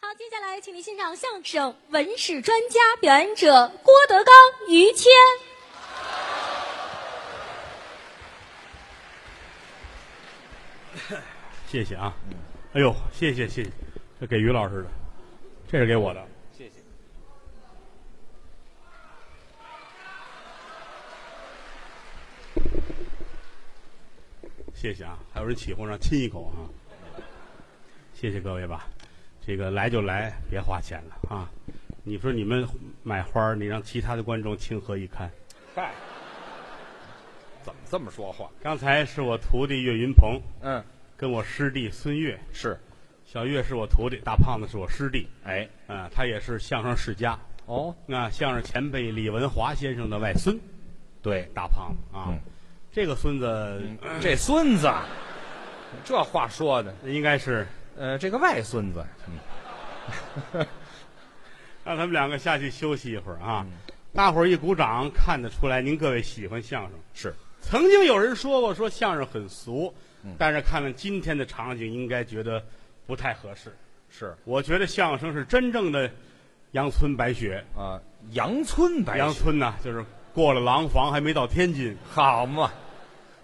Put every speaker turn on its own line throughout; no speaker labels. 好，接下来请您欣赏相声《文史专家》，表演者郭德纲、于谦。
谢谢啊，
嗯
哎呦，谢谢谢谢，这给于老师的，这是给我的，
谢谢。
谢谢啊，还有人起哄让亲一口啊，谢谢各位吧，这个来就来，别花钱了啊，你说你们买花儿，你让其他的观众情何以堪？
嗨，怎么这么说话？
刚才是我徒弟岳云鹏
嗯，
跟我师弟孙越，
是，
小岳是我徒弟，大胖子是我师弟，
哎，
啊，他也是相声世家，
哦，
啊，相声前辈李文华先生的外孙，
对，
大胖子啊，
嗯
这个孙子、
这孙子，这话说的，
应该是
呃，这个外孙子，嗯
让他们两个下去休息一会儿啊。
嗯
大伙儿一鼓掌，看得出来您各位喜欢相声。
是，
曾经有人说过，说相声很俗，
嗯
但是看了今天的场景，应该觉得不太合适。
是
我觉得相声是真正的阳春白雪，
啊，阳春白
阳
雪，
春呐、就是过了廊坊还没到天津。
好嘛，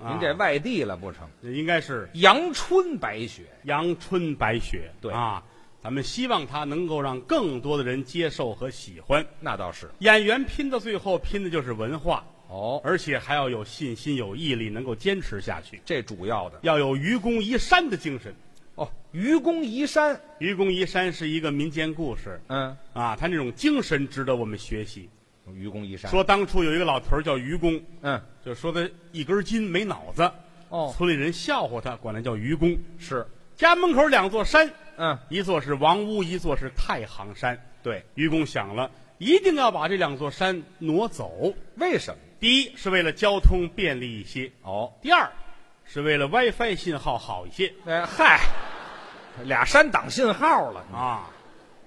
啊、
您这外地了不成？
应该是
阳春白雪，
阳春白雪，
对
啊，咱们希望它能够让更多的人接受和喜欢。
那倒是。
演员拼到最后，拼的就是文化，
哦，
而且还要有信心、有毅力，能够坚持下去，
这主要的
要有愚公移山的精神。
哦，愚公移山，
愚公移山是一个民间故事
嗯，
啊，他那种精神值得我们学习。
愚公移山，
说当初有一个老头儿叫愚公，
嗯，
就说他一根筋没脑子，
哦，
村里人笑话他，管他叫愚公。
是，
家门口两座山，
嗯，
一座是王屋，一座是太行山。
对，
愚公想了，一定要把这两座山挪走。
为什么？
第一是为了交通便利一些，
哦，
第二是为了 WiFi 信号好一些
哎嗨，俩山挡信号了
啊。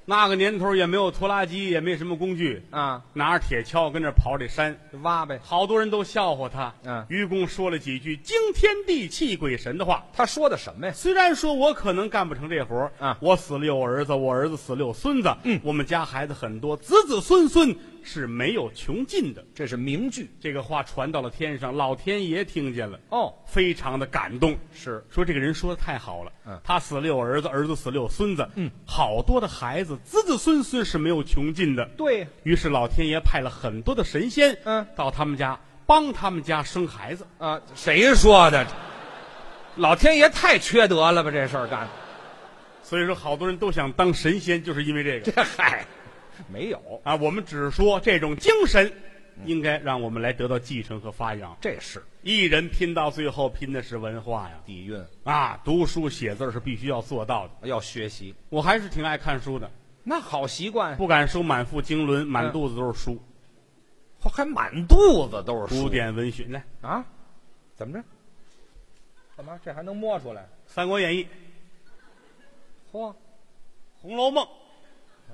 那个年头也没有拖拉机，也没什么工具，
啊，
拿着铁锹跟这刨这山，
挖呗。
好多人都笑话他。
嗯
愚公说了几句惊天地泣鬼神的话。
他说的什么呀？
虽然说我可能干不成这活儿
啊
我死了有儿子，我儿子死了有孙子，嗯，我们家孩子很多，子子孙孙是没有穷尽的。
这是名句
这个话传到了天上，老天爷听见了，
哦，
非常的感动，
是
说这个人说的太好了。
嗯
他死了有儿子，儿子死了有孙子，嗯，好多的孩子，子子孙孙是没有穷尽的。
对，
于是老天爷派了很多的神仙，
嗯
到他们家帮他们家生孩子。
啊，谁说的？老天爷太缺德了吧，这事儿干的
所以说，好多人都想当神仙，就是因为这个
这嗨，没有，
啊。我们只是说这种精神，应该让我们来得到继承和发扬。
这是
一人拼到最后，拼的是文化呀！
底蕴，
啊，读书写字儿是必须要做到的。
要学习，
我还是挺爱看书的，
那好习惯，
不敢说满腹经纶，满肚子都是书，
还满肚子都是书
古典文学。来，《
啊？怎么着？干嘛？这还能摸出来？
三国演义》《
嚯，
红楼梦》《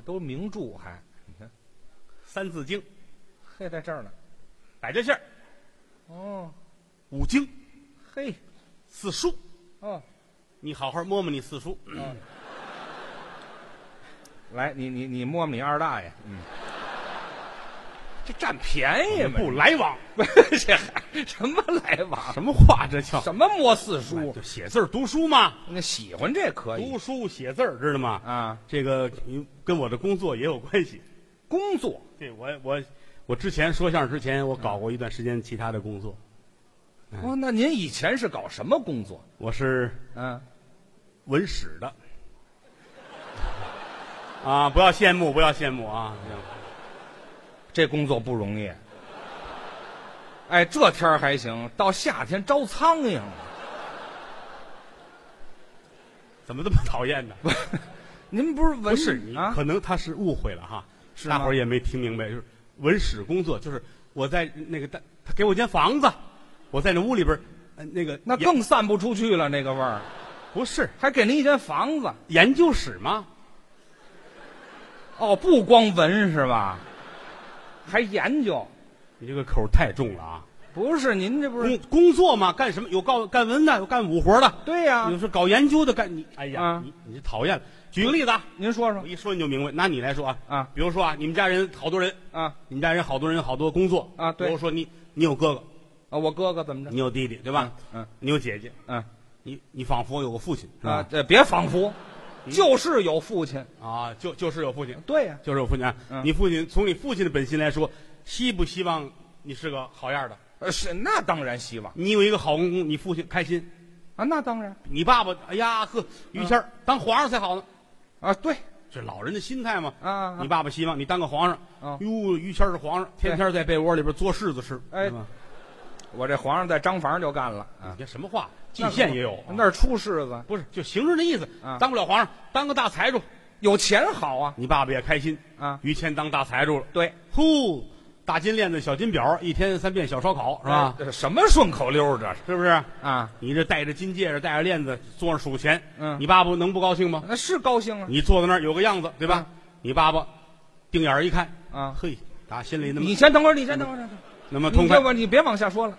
都名著还，你看，
三字经》《
嘿，在这儿呢。
百家姓》《
哦，
五经》《
嘿，
四书》，
哦，
你好好摸摸你四书。
来，你你你摸摸你二大爷，嗯，这占便宜嘛？
不来往，
不是这还 什么来往？
什么话这叫？
什么摸四书？
就写字儿读书嘛，
那喜欢这可以
读书写字儿，知道吗？
啊。
这个嗯跟我的工作也有关系。
工作
对我我我之前说相声之前，我搞过一段时间其他的工作，嗯
哦，那您以前是搞什么工作？
我是
嗯，
文史的。啊，不要羡慕，不要羡慕啊！
这工作不容易。哎，这天儿还行，到夏天招苍蝇了。
怎么这么讨厌呢？
您不是文
不是你，
啊？
可能他是误会了哈，
是吗
大伙儿也没听明白，就是文史工作，就是我在那个他他给我间房子，我在那屋里边儿，呃那个
那
也
更散不出去了，那个味儿。
不是
还给您一间房子
研究室吗？
哦，不光文是吧？还研究
你这个口儿太重了啊！
不是您这不
工
是
工作嘛，干什么？有干干文的，有干武活的，
对呀、
有是搞研究的，干你，啊哎呀，
啊
你你讨厌了。举个例子啊，
您说说
我一说你就明白。拿你来说啊，
啊
比如说啊，你们家人好多人，
啊
你们家人好多人好多工作
啊对
比如说你，你有哥哥，
啊！我哥哥怎么着？
你有弟弟，对吧？
嗯
你有姐姐，
嗯
你你仿佛有个父亲，是
啊，
吧？
这别仿佛，就是有父亲。
啊，就就是有父亲，
对呀、
就是有父亲啊。
嗯
你父亲从你父亲的本心来说，希不希望你是个好样的？
呃是那当然希望
你有一个好公公，你父亲开心。
啊，那当然
你爸爸，哎呀呵，于谦儿、当皇上才好呢，
啊，对
这老人的心态嘛。
啊啊
你爸爸希望你当个皇上。
啊
哟，于谦儿是皇上，天天在被窝里边做柿子吃。
哎
是吧
我这皇上在张房就干了啊
你，看什么话？蓟县也有啊，
那儿出世子，
不是就形容的意思
啊。
当不了皇上，当个大财主，
有钱好啊
你爸爸也开心。
啊，
于谦当大财主了，
对
呼，大金链子、小金表，一天三遍小烧烤，是吧？
这什么顺口溜儿这是
是不是？
啊？
你这戴着金戒指，戴着链子，桌上数钱，
嗯
你爸爸能不高兴吗？
那是高兴啊
你坐在那儿有个样子，对
嗯
吧？你爸爸定眼儿一看，
啊！
嘿，打心里那
你
么
先等会儿，你先等会儿，
那么
你
痛快
这。我你别往下说了，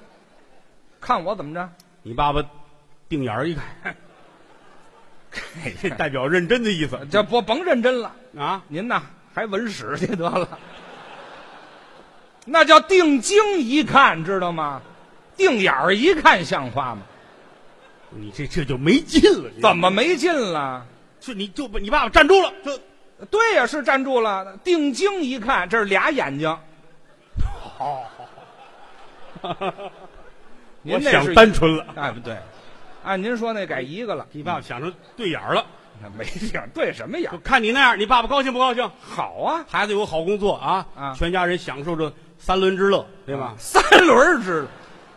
看我怎么着？
你爸爸定眼儿一 看，这代表认真的意思
这不甭认真了，
啊！
您呐还文史去得了， 那叫定睛一看，知道吗？定眼儿一看像话吗？
你这这就没劲了，你
怎么没劲了？
就你就把你爸爸站住了， 就
对呀、是站住了，定睛一看，这是俩眼睛。
好。
您
我
那
想
是
单纯了，
哎不对，按您说那改一个了，
你爸爸想成对眼儿了，
没影儿对什么眼
就
儿？
看你那样，你爸爸高兴不高兴？
好啊，
孩子有个好工作啊，
啊
全家人享受着三轮之乐，对吧？
三轮儿之乐，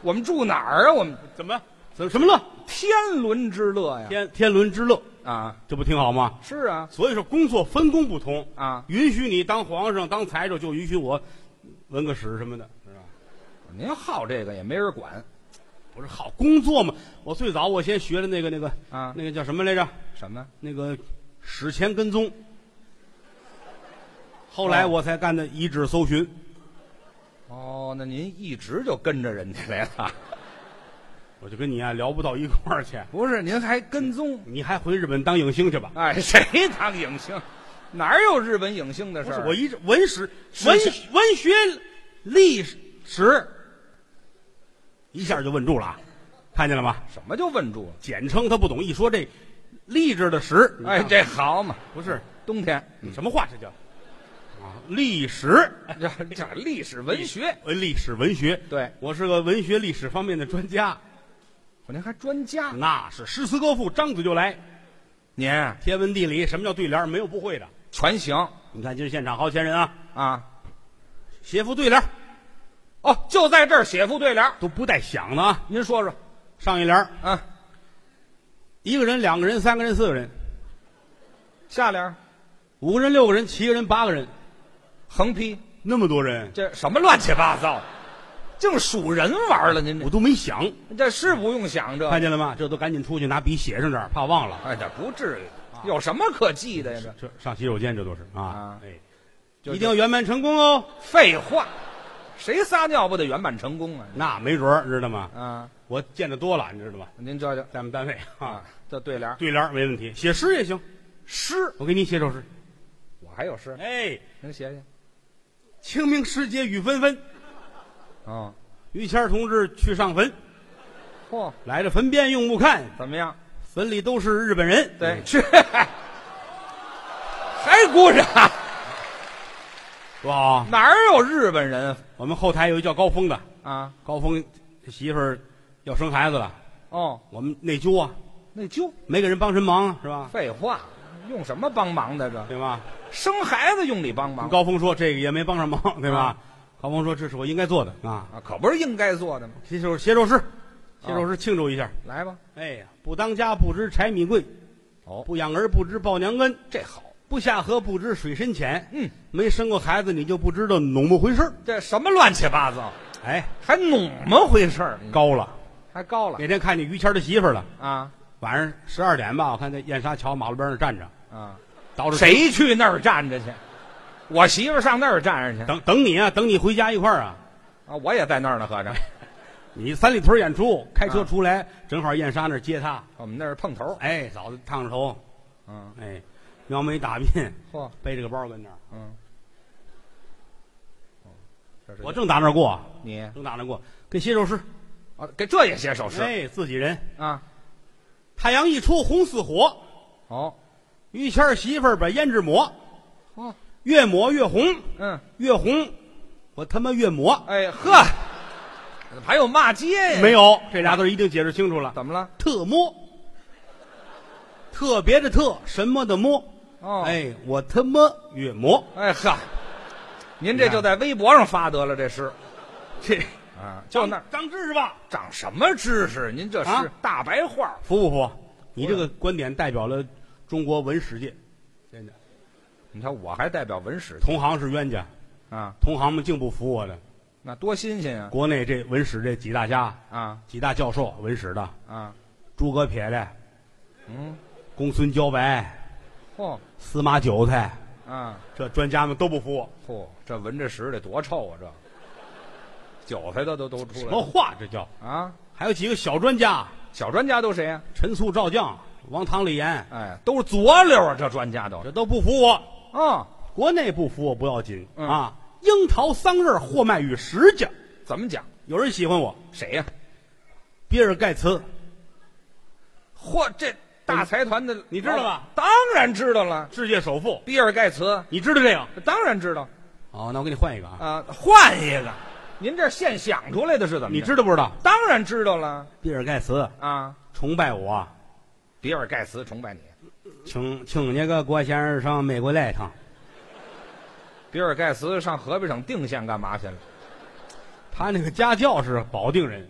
我们住哪儿啊？我们
怎么怎么什么乐？
天伦之乐呀！
天天伦之乐，
啊，
这不挺好吗？
是啊，
所以说工作分工不同
啊
允许你当皇上当财主，就允许我纹个史什么的，是吧？
您好这个也没人管
不是好工作嘛？我最早我先学的那个那个
啊
那个叫什么来着？
什么？
那个史前跟踪。后来
哦
我才干的遗址搜寻，
哦，那您一直就跟着人家来了？
我就跟你啊聊不到一块儿去。
不是，您还跟踪？
你还回日本当影星去吧？
哎，谁当影星？哪有日本影星的
不
事
是，
儿？
我一直文史
史
文
前
文学历史，一下就问住了啊，看见了吗？
什么就问住了？
简称他不懂，一说这励志的史，你
哎，
看
这好嘛，
不是
冬天
什么话，这叫啊历史
这这历史文学，
呃历史文学。
对
我是个文学历史方面的专家，
您还专家？
那是诗词歌赋张嘴就来，
您
天文地理什么叫对联儿没有不会的。
全行
你看今儿现场好些人啊，
啊！
写副对联儿
哦，就在这儿写副对联儿，
都不带想的啊，
您说说
上一联儿
啊？
一个人、两个人、三个人、四个人。
下联儿
五个人、六个人、七个人、八个人，
横批，
那么多人，
这什么乱七八糟，净数人玩儿了。您
我都没想，
这这是不用想这，
看见了吗？这都赶紧出去拿笔写上点儿，怕忘了。
哎，这不至于，有什么可记的呀？这
这上洗手间，这都是啊
啊，
哎，
就
一定要圆满成功哦。
废话，谁撒尿不得圆满成功啊？
那没准儿，知道吗？
啊，
我见得多了，你知道吗？
您瞧瞧
在我们单位啊
啊，，这对联儿
对联儿没问题，写诗也行。
诗，
我给你写首诗，
我还有诗，
哎，
您写写
清明时节雨纷纷，
啊。
于谦儿同志去上坟，
嚯、
来了坟边用木看，
怎么样？
坟里都是日本人。
对，，去， 还鼓掌？
多好啊！
哪儿有日本人
我们后台有一叫高峰的，
啊？
高峰媳妇儿要生孩子了。
哦，
我们内疚啊，
那就
没给人帮什么忙啊，是吧？
废话，用什么帮忙的这？
对吧？
生孩子用你帮忙
高峰说这个也没帮上忙，对吧？
啊
高峰说这是我应该做的啊。
啊，可不是应该做的吗？
写首写首诗，写
啊
首诗庆祝一下。
来吧，
哎呀，不当家不知柴米贵，
哦
不养儿不知抱娘恩，
这好，
不下河不知水深浅。
嗯，
没生过孩子你就不知道怎么回事儿
这什么乱七八糟，
哎，
还怎么回事儿？
高了。
还高了
那天看见于谦儿的媳妇儿了，
啊
晚上十二点吧，我看在燕莎桥马路边上站着，
啊！
倒着
谁去那儿站着去？我媳妇儿上那儿站着去
等等你啊，等你回家一块儿啊。
啊！我也在那儿呢，合着
你三里屯演出，开车
啊
出来，正好燕莎那儿接他，
我们那是碰头。
哎，嫂子烫着头，
嗯，
哎，描眉打鬓，
嚯，
背着个包跟那儿。
嗯，这是
我正打那儿过，
你
正打那儿过，跟写首诗，
啊，给这也写首诗
哎，自己人。
啊？
太阳一出红似火，
哦，
于谦儿媳妇儿把胭脂抹，
嚯，
越抹越红，
嗯，
越红，我他妈越抹。
哎呵，怎么还有骂街呀？
没，有这俩字儿一定解释清楚了，
怎么了？
特么，特别的特，什么的么。
哦，
哎，我他妈越磨，
哎呵，您这就在微博上发得了这诗
这
啊，就那儿
张志是吧？
长什么知识？您这
啊
是大白话儿，
服不服？你这个观点代表了中国文史界，真的，
你看我还代表文史
同行是冤家，
啊，
同行们竟不服我的。
那多新鲜啊！
国内这文史这几大家、
啊
几大教授，文史的
啊，
诸葛撇的、
嗯，
公孙茭白、
嚯
司马韭菜，
啊
这专家们都不服我。
嚯，这闻这屎得多臭啊！这韭菜的都都出
什
来
么
了
话这叫？
啊！
还有几个小专家，
小专家都谁呀、
陈粟、赵将、王唐、李岩，
哎，都是左溜啊！这专家都是
这都不服我。
啊，
国内不服我不要紧、
嗯
啊，樱桃桑葚货卖与十家，
怎么讲？
有人喜欢我。
谁呀、
比尔盖茨，
嚯，这大财团的
你知道吧？
当然知道了，
世界首富，
比尔盖茨
你知道这个？
当然知道
哦，那我给你换一个啊。
啊。换一个，您这现想出来的是怎么着？
你知道不知道？
当然知道了
比尔盖茨
啊！
崇拜我，
比尔盖茨崇拜你，
请请那个郭先生上美国来一趟。
比尔盖茨上河北省定县干嘛去了？
他那个家教是保定人，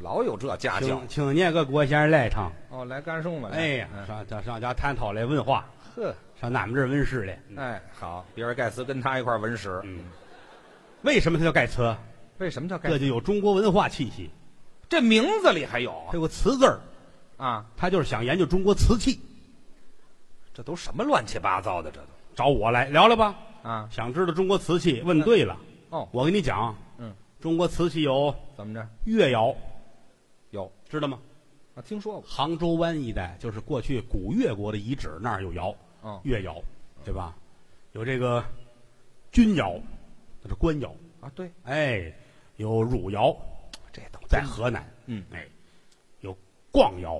老有这家教
请请那个郭先生来一趟。
哦，来甘肃嘛？来
哎呀，
嗯
上上上家探讨来问话，
呵，
上俺们这儿温室来。
哎，好，比尔盖茨跟他一块儿文史，
嗯，为什么他叫盖茨？
为什么叫盖
这
茨？
就有中国文化气息。
这名字里还有啊
他有个“词”字儿，
啊？
他就是想研究中国瓷器，
这都什么乱七八糟的？这都
找我来聊聊吧。
啊？
想知道中国瓷器，问对了。
哦，
我跟你讲，
嗯，
中国瓷器有
怎么着？
越窑，
有
知道吗？
啊？听说过？
杭州湾一带就是过去古越国的遗址，那儿有窑，
哦
越窑，对吧？有这个钧窑，那是官窑，
啊，对，
哎，有汝窑，
这都
在河南，
嗯，
哎，有逛窑，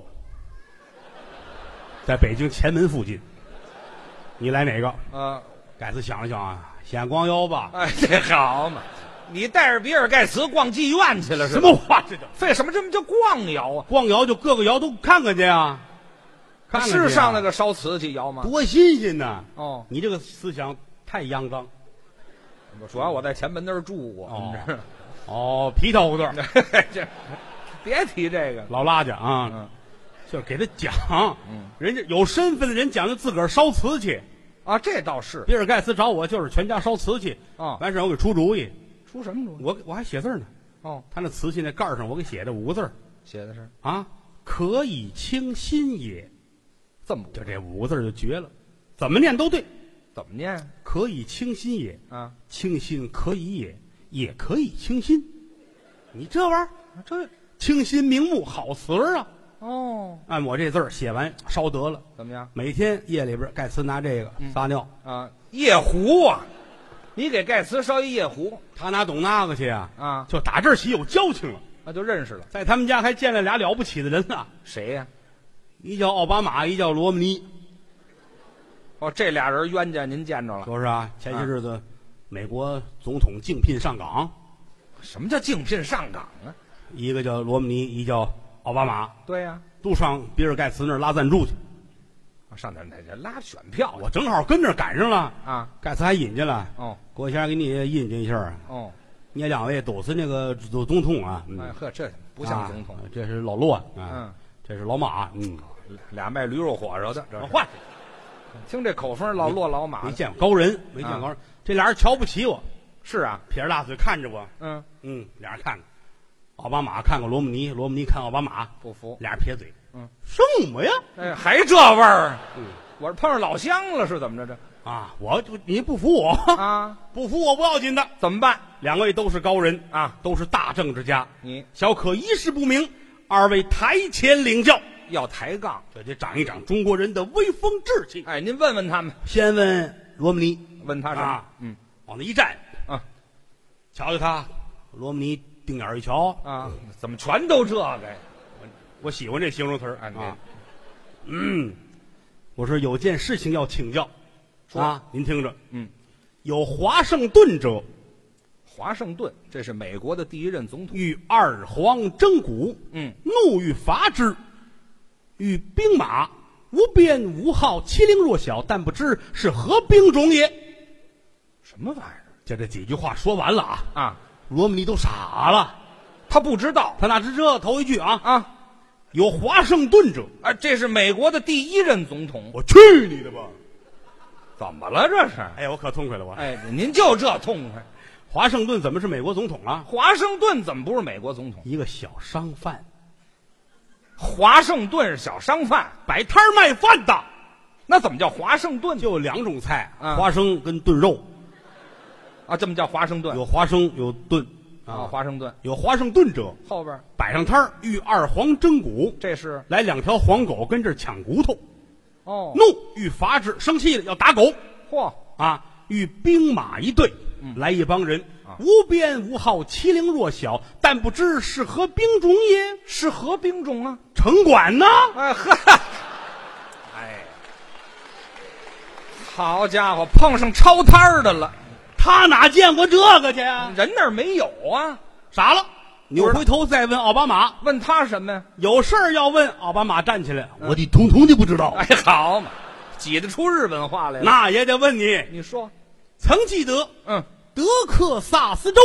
在北京前门附近。你来哪个？
啊，
盖茨想了想啊，先逛窑吧。
哎，这好嘛！你带着比尔盖茨逛妓院去了是
什
吧？
么话这叫？
费什么这么叫逛窑啊？
逛窑就各个窑都看看去啊，看看去啊
是上那个烧瓷器窑吗？
多新鲜呐！
哦，
你这个思想太肮脏
主要我在前门那儿住过。
哦哦，皮条胡同儿
这别提这个了。
老拉家啊，
嗯
就是给他讲，
嗯
人家有身份的人讲究自个儿烧瓷器。
啊，这倒是
比尔盖茨找我就是全家烧瓷器，
啊。
完事儿我给出主意，
出什么主意？
我我还写字儿呢，
哦，
他那瓷器那盖儿上我给写的五个字儿
写的是
啊，可以清心也，
这么
就这五个字儿就绝了，怎么念都对，
怎么念
可以清心也。
啊？
清心可以也，也可以清心。你这玩意儿，
这
清心明目，好词儿啊！
哦，
按我这字儿写完，烧得了。
怎么样
每天夜里边，盖茨拿这个
嗯
撒尿，
啊？夜壶啊，你给盖茨烧一夜壶
他拿懂那个去啊，
啊，
就打这儿起有交情了。
那就认识了。
在他们家还见了俩了不起的人啊，
谁呀？
一叫奥巴马，一叫罗姆尼。
哦，这俩人冤家您见着了？
就是啊，前些日子，美国总统竞聘上岗，
什么叫竞聘上岗啊？
一个叫罗姆尼，一叫奥巴马，
对呀，啊
都上比尔盖茨那儿拉赞助去。
上哪去拉选票
我正好跟着赶上了，
啊？
盖茨还引进了。
哦
郭先生给你引荐一下啊，
哦，
你两位都是那个总总统啊，嗯
哎呵，这不像总统
啊。这是老骆，啊，
嗯，
这是老马，嗯，
俩卖驴肉火烧的，这
我
是
换，
听这嗯口风，老骆老马
没
的
见过高人，没见过高人，这俩人瞧不起我，
是啊，
撇着大嘴看着我，
嗯，
嗯，俩人看看，奥巴马看看罗姆尼，罗姆尼看奥巴马，
不服，
俩人撇嘴，
嗯，
什么呀？
哎，还这味儿，
嗯，
我是碰上老乡了是怎么着
啊！我就你不服我，
这啊？
不服我不要紧的。
怎么办
两位都是高人
啊？
都是大政治家，
你
小可一事不明，二位台前领教，
要抬杠？
这得长一长中国人的威风志气。
哎，您问问他们，
先问罗姆尼，
问他什么？
啊
嗯
往那一站，
啊
瞧瞧他，罗姆尼定眼儿一瞧，
啊，怎么全都这个呀？
我喜欢这形容词儿
啊你
啊。嗯，我说有件事情要请教，
说
啊，您听着，
嗯，
有华盛顿者
华盛顿，这是美国的第一任总统。
与二皇争古，
嗯，
怒欲伐之，欲兵马无边无号，欺凌弱小，但不知是何兵种也。
什么玩意
就这几句话说完了啊，
儿啊？
罗姆尼都傻了，
他不知道
他哪知这头一句啊，
啊
有华盛顿者，
啊！这是美国的第一任总统，
我去你的吧！
怎么了这是？
哎，我可痛快了我。
哎，您就这痛快。
华盛顿怎么是美国总统啊？
华盛顿怎么不是美国总统？
一个小商贩，
华盛顿是小商贩，
摆摊儿卖饭的，
那怎么叫华盛顿
就有两种菜，
啊
花生跟炖肉，
啊？这么叫华盛顿
有花生有炖哦
啊？华盛顿
有华盛顿者
后边
摆上摊儿，欲二黄争骨，
这是
来两条黄狗跟这儿抢骨头，
哦，
怒欲伐之，生气了要打狗
嚯，
啊！欲兵马一队，来一帮人，
嗯啊
无边无号，欺凌弱小，但不知是何兵种也。
是何兵种啊？
城管呢？
哎呵，哎，好家伙，碰上抄摊儿的了，
他哪见过这个去呀？
人那儿没有啊？
傻了！扭回头再问奥巴马，
问他什么呀？
有事儿要问奥巴马，站起来，我的统统的不知道，
嗯哎，好嘛，挤得出日本话来了。
那也得问你。
你说，
曾记得
嗯，
德克萨斯州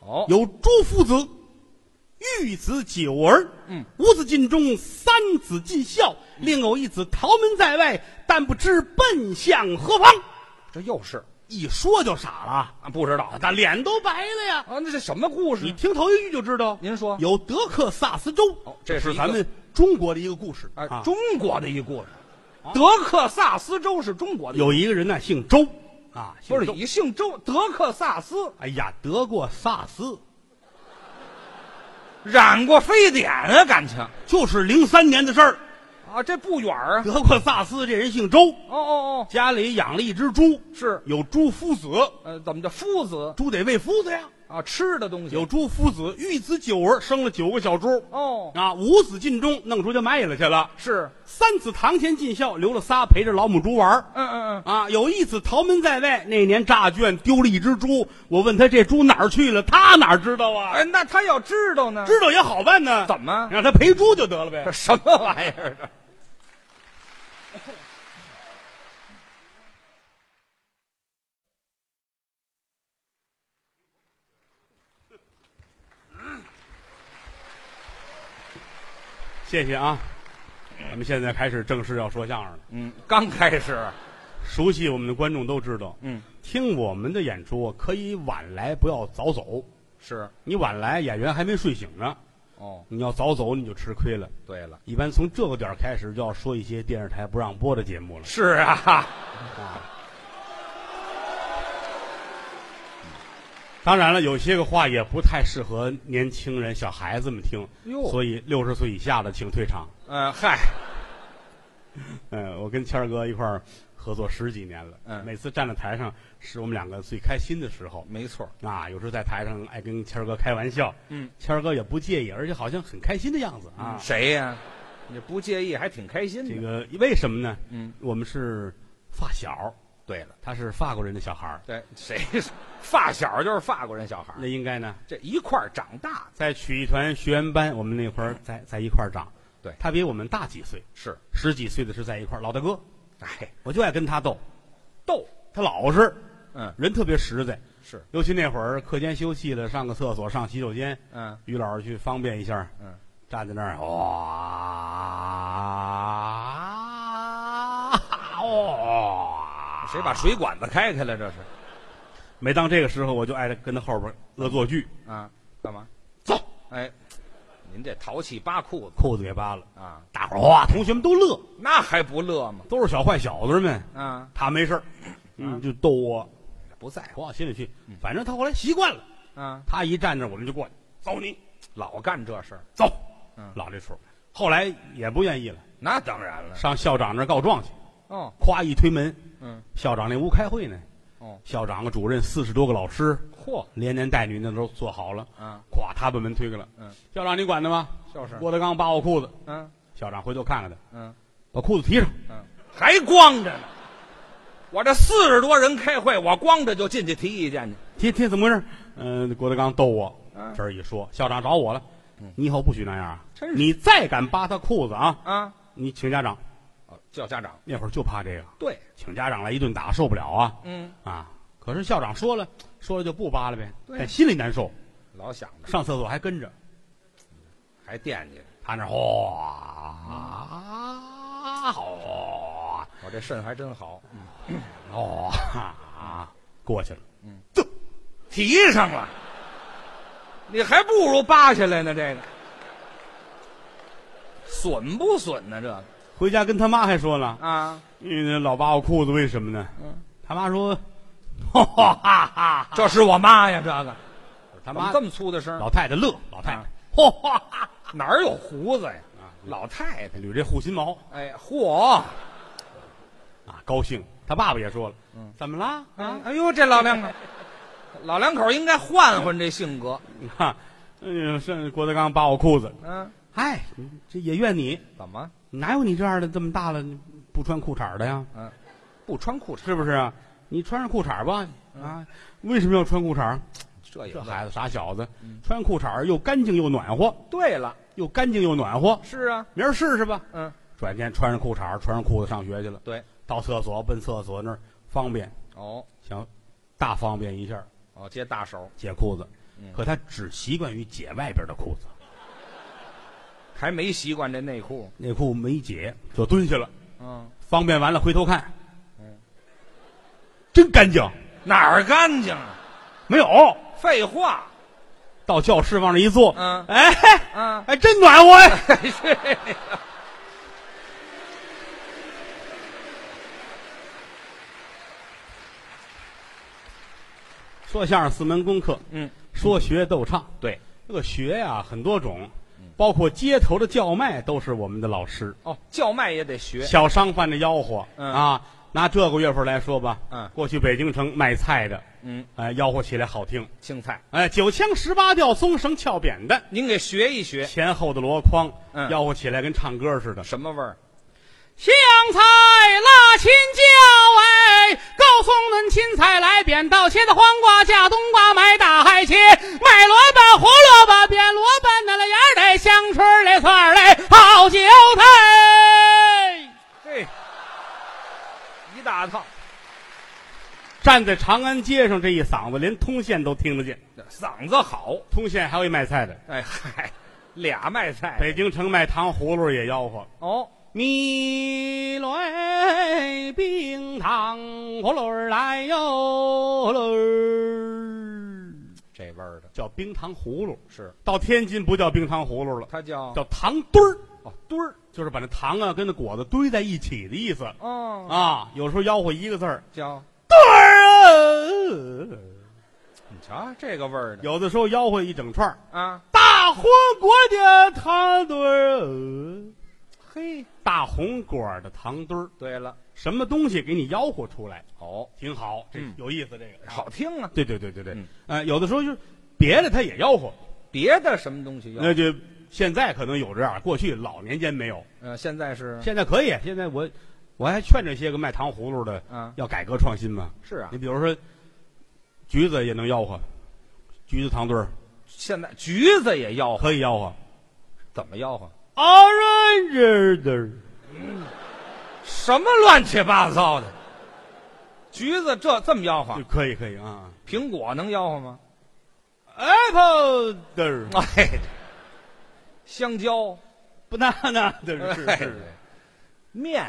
哦，
有朱夫子，育子九儿，
嗯，
五子尽忠，三子尽孝，另有一子逃门在外，但不知奔向何方。
这又是
一说就傻了，
啊，不知道
啊他脸都白了呀！
啊，那是什么故事
你？听头一句就知道，
您说
有德克萨斯州
哦，这是
是
一个
咱们中国的一个故事
哎
啊，。
中国的一故事，德克萨斯州是中国的一个，
有一个人呢姓周啊，姓
不是
周
一姓周，德克萨斯
哎呀，得过萨斯，
染过非典啊，感情
就是零三年的事儿。
啊，这不远儿啊。
得过萨斯这人姓周，
哦哦
家里养了一只猪，
哦，是，
有猪夫子，
呃，怎么叫夫子
猪得喂夫子呀。
啊？吃的东西
有猪夫子，育子九儿，生了九个小猪
哦，
啊，五子尽忠，弄出去卖了去了。
是，
三子堂前尽孝，留了仨陪着老母猪玩 儿
嗯嗯
啊。有一子逃门在外，那年诈圈丢了一只猪，我问他这猪哪儿去了，他哪儿知道
嗯，
啊？
哎，那他要知道呢，
知道嗯也好办呢，
怎么
让他陪猪就得了呗
这？什么玩意儿？这
谢谢啊，咱们现在开始正式要说相声了。
嗯，刚开始，
熟悉我们的观众都知道，
嗯，
听我们的演出可以晚来，不要早走。
是，
你晚来，演员还没睡醒呢；
哦，
你要早走，你就吃亏了。
对了，
一般从这个点儿开始就要说一些电视台不让播的节目了。
是啊，
当然了，有些个话也不太适合年轻人、小孩子们听，
哟
所以六十岁以下的请退场。
嗯，嗨，
嗯，我跟谦儿哥一块儿合作十几年了，
嗯
每次站在台上是我们两个最开心的时候
没错，
啊。有时候在台上爱跟谦儿哥开玩笑，
嗯，
谦儿哥也不介意，而且好像很开心的样子啊。
谁呀？你不介意，还挺开心
这
的。
个为什么呢？
嗯，
我们是发小，
对了，
他是法国人的小孩儿，
对，谁 是发小就是法国人小孩儿
那，应该呢
这一块儿长大的
在曲艺团学员班，我们那会儿在在一块儿长，
对
他比我们大几岁，
是，
十几岁的是在一块儿，老大哥，
哎，
我就爱跟他斗，
逗，
他老实，
嗯，
人特别实在，
是，
尤其那会儿课间休息了，上个厕所，上洗手间，
嗯
于老师去方便一下，
嗯，
站在那儿，哇，哇，
谁把水管子开开了？这是
每当这个时候，我就爱跟他后边恶作剧，
啊，干嘛？
走，
哎，您这淘气扒裤子
裤子给扒了，
啊，
大伙儿哇，同学们都乐，
那还不乐吗？
都是小坏小子们，
啊，
他没事儿，嗯，就逗我，
不在
我往心里去。
嗯
反正他后来习惯了，
乎啊，
他一站那儿我们就过去，走你
老干这事儿，
走，
嗯
老这出。后来也不愿意了，
那当然了。
上校长那儿告状去，
哦，
咵一推门，
嗯，
校长那屋开会呢，
哦，
校长啊主任四十多个老师，
嚯，
连男带女那都坐好了，
啊，
咵他把门推开了，
嗯，
校长你管的吗？
就是，
郭德纲扒我裤子，
嗯
校长回头看看他，
嗯
把裤子提上，
嗯，还光着呢。我这四十多人开会，我光着就进去提意见去。
提提怎么回事？嗯、郭德纲逗我
嗯，
这儿一说，校长找我了，你以后不许那样啊！
真是
你再敢扒他裤子啊，
啊，
你请家长。
哦叫家长。
那会儿就怕这个，
对，
请家长来一顿打受不了啊
嗯，
啊！可是校长说了，说了就不扒了呗，
对啊
但心里难受，
老想着
上厕所还跟着
还惦记着，
他那儿哗哗
我这肾还真好，
哗过去了，
提上了，你还不如扒下来呢。这个损不损呢？这个
回家跟他妈还说呢，
啊，
嗯，老扒我裤子为什么呢？
嗯
他妈说， 哈哈哈哈，
这是我妈呀，这个
他
怎
妈
么这么粗的声？
老太太乐，老太太
啊，
嚯哈哈，
哪儿有胡子呀？
啊
老太太，
捋这护心毛
哎，嚯！
啊，高兴。他爸爸也说了， 怎么啦？
啊，哎呦，这老两口，老两口应该换换这性格。
你看，嗯，是郭德纲扒我裤子，
嗯、
哎，这也怨你，
怎么
哪有你这样的这么大了不穿裤衩的呀？
不穿裤衩？
是不是啊？你穿上裤衩吧，啊，为什么要穿裤衩？
嗯
嗯
这也
这
问
孩子傻小子，穿裤衩又干净又暖和，
对了，
又干净又暖和，
是啊，
明儿试试吧。
嗯，
转天穿上裤衩，穿上裤子上学去了，
对，
到厕所奔厕所那儿方便，
哦
想大方便一下，
哦，接大手
解裤子
嗯，
可他只习惯于解外边的裤子，
还没习惯这内裤。
内裤没解就蹲下了，
嗯，
方便完了回头看，
嗯，
真干净，
哪儿干净啊？
没有。
废话，
到教室往那一坐，
嗯
哎，
嗯
还真暖和呀、
是
说相声四门功课，
嗯，
说学逗唱。
对，
这个学呀、很多种，
嗯
包括街头的叫卖都是我们的老师。
哦，叫卖也得学。
小商贩的吆喝，
嗯
啊，拿这个月份来说吧，
嗯
过去北京城卖菜的，
嗯，
哎、吆喝起来好听，
青菜，
哎、九腔十八调，松绳翘扁担，
您给学一学，
前后的箩筐，
嗯
吆喝起来跟唱歌似的。
什么味儿？
香菜辣青椒，哎，高葱嫩青菜来扁豆，茄子黄瓜架冬瓜，买大海茄，买萝卜胡萝卜扁萝卜，那了芽儿嘞，香椿儿嘞，蒜儿嘞，好韭菜。
嘿，一大套，
站在长安街上，这一嗓子连通县都听得见。
嗓子好。
通县还有一卖菜的，
哎嗨，俩卖菜
北京城卖糖葫芦也吆喝
哦，：“
米来冰糖葫芦儿来哟噜儿。”
这味儿的
叫冰糖葫芦，
是
到天津不叫冰糖葫芦了，
它叫
叫糖堆儿，
哦墩儿
就是把那糖啊跟那果子堆在一起的意思
哦，
啊。有时候吆喝一个字儿
叫
堆儿啊，
你瞧啊这个味儿的
有的时候吆喝一整串儿
啊，
大红果的糖堆儿啊，
嘿，
大红果的糖堆儿，
对了，
什么东西给你吆喝出来，
哦，
挺好，这
嗯
有意思，这个
好。听啊，
对对对对对
嗯，
呃，有的时候就是别的他也吆喝，
别的什么东西要
那就现在可能有这样，过去老年间没有。
呃，现在是
现在可以，现在我我还劝这些个卖糖葫芦的
啊
要改革创新嘛。
是啊
你，比如说，橘子也能吆喝，橘子糖墩儿
现在橘子也吆喝，
可以吆喝
怎么吆喝？
，orange 的
什么乱七八糟的？橘子这这么吆喝
就，可以可以啊
苹果能吆喝吗？
，apple 的
哎，香蕉，
banana 的是
哎
是
面，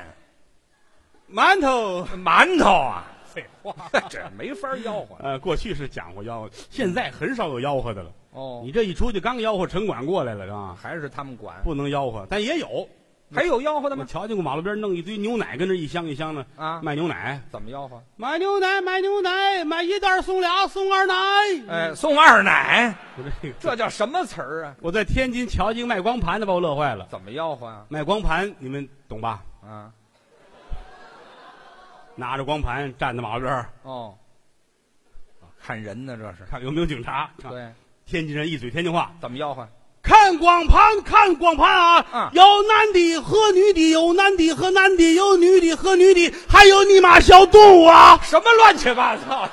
馒头
馒头啊，
废话。
这没法吆喝了。
呃，过去是讲过吆喝，现在很少有吆喝的了。
哦
你这一出去，刚吆喝城管过来了是吧？
还是他们管，
不能吆喝，但也有。
还有吆喝的
我
吗？
瞧见过马路边弄一堆牛奶，跟这一箱一箱的
啊
卖牛奶，
怎么吆喝？
买牛奶，买牛奶，买一袋送俩，送二奶。
哎，送二奶，
我这个，
这叫什么词儿啊？
我在天津瞧见一个卖光盘的，把我乐坏了。
怎么吆喝啊？
卖光盘，你们懂吧？
啊，
拿着光盘站在马路边儿，
哦，看人呢，这是。
看有没有警察。啊
对，
天津人一嘴天津话，
怎么吆喝？
看光盘，看光盘啊！
嗯
有男的和女的，有男的和男的，有女的和女的，还有你妈小动物啊！
什么乱七八糟的？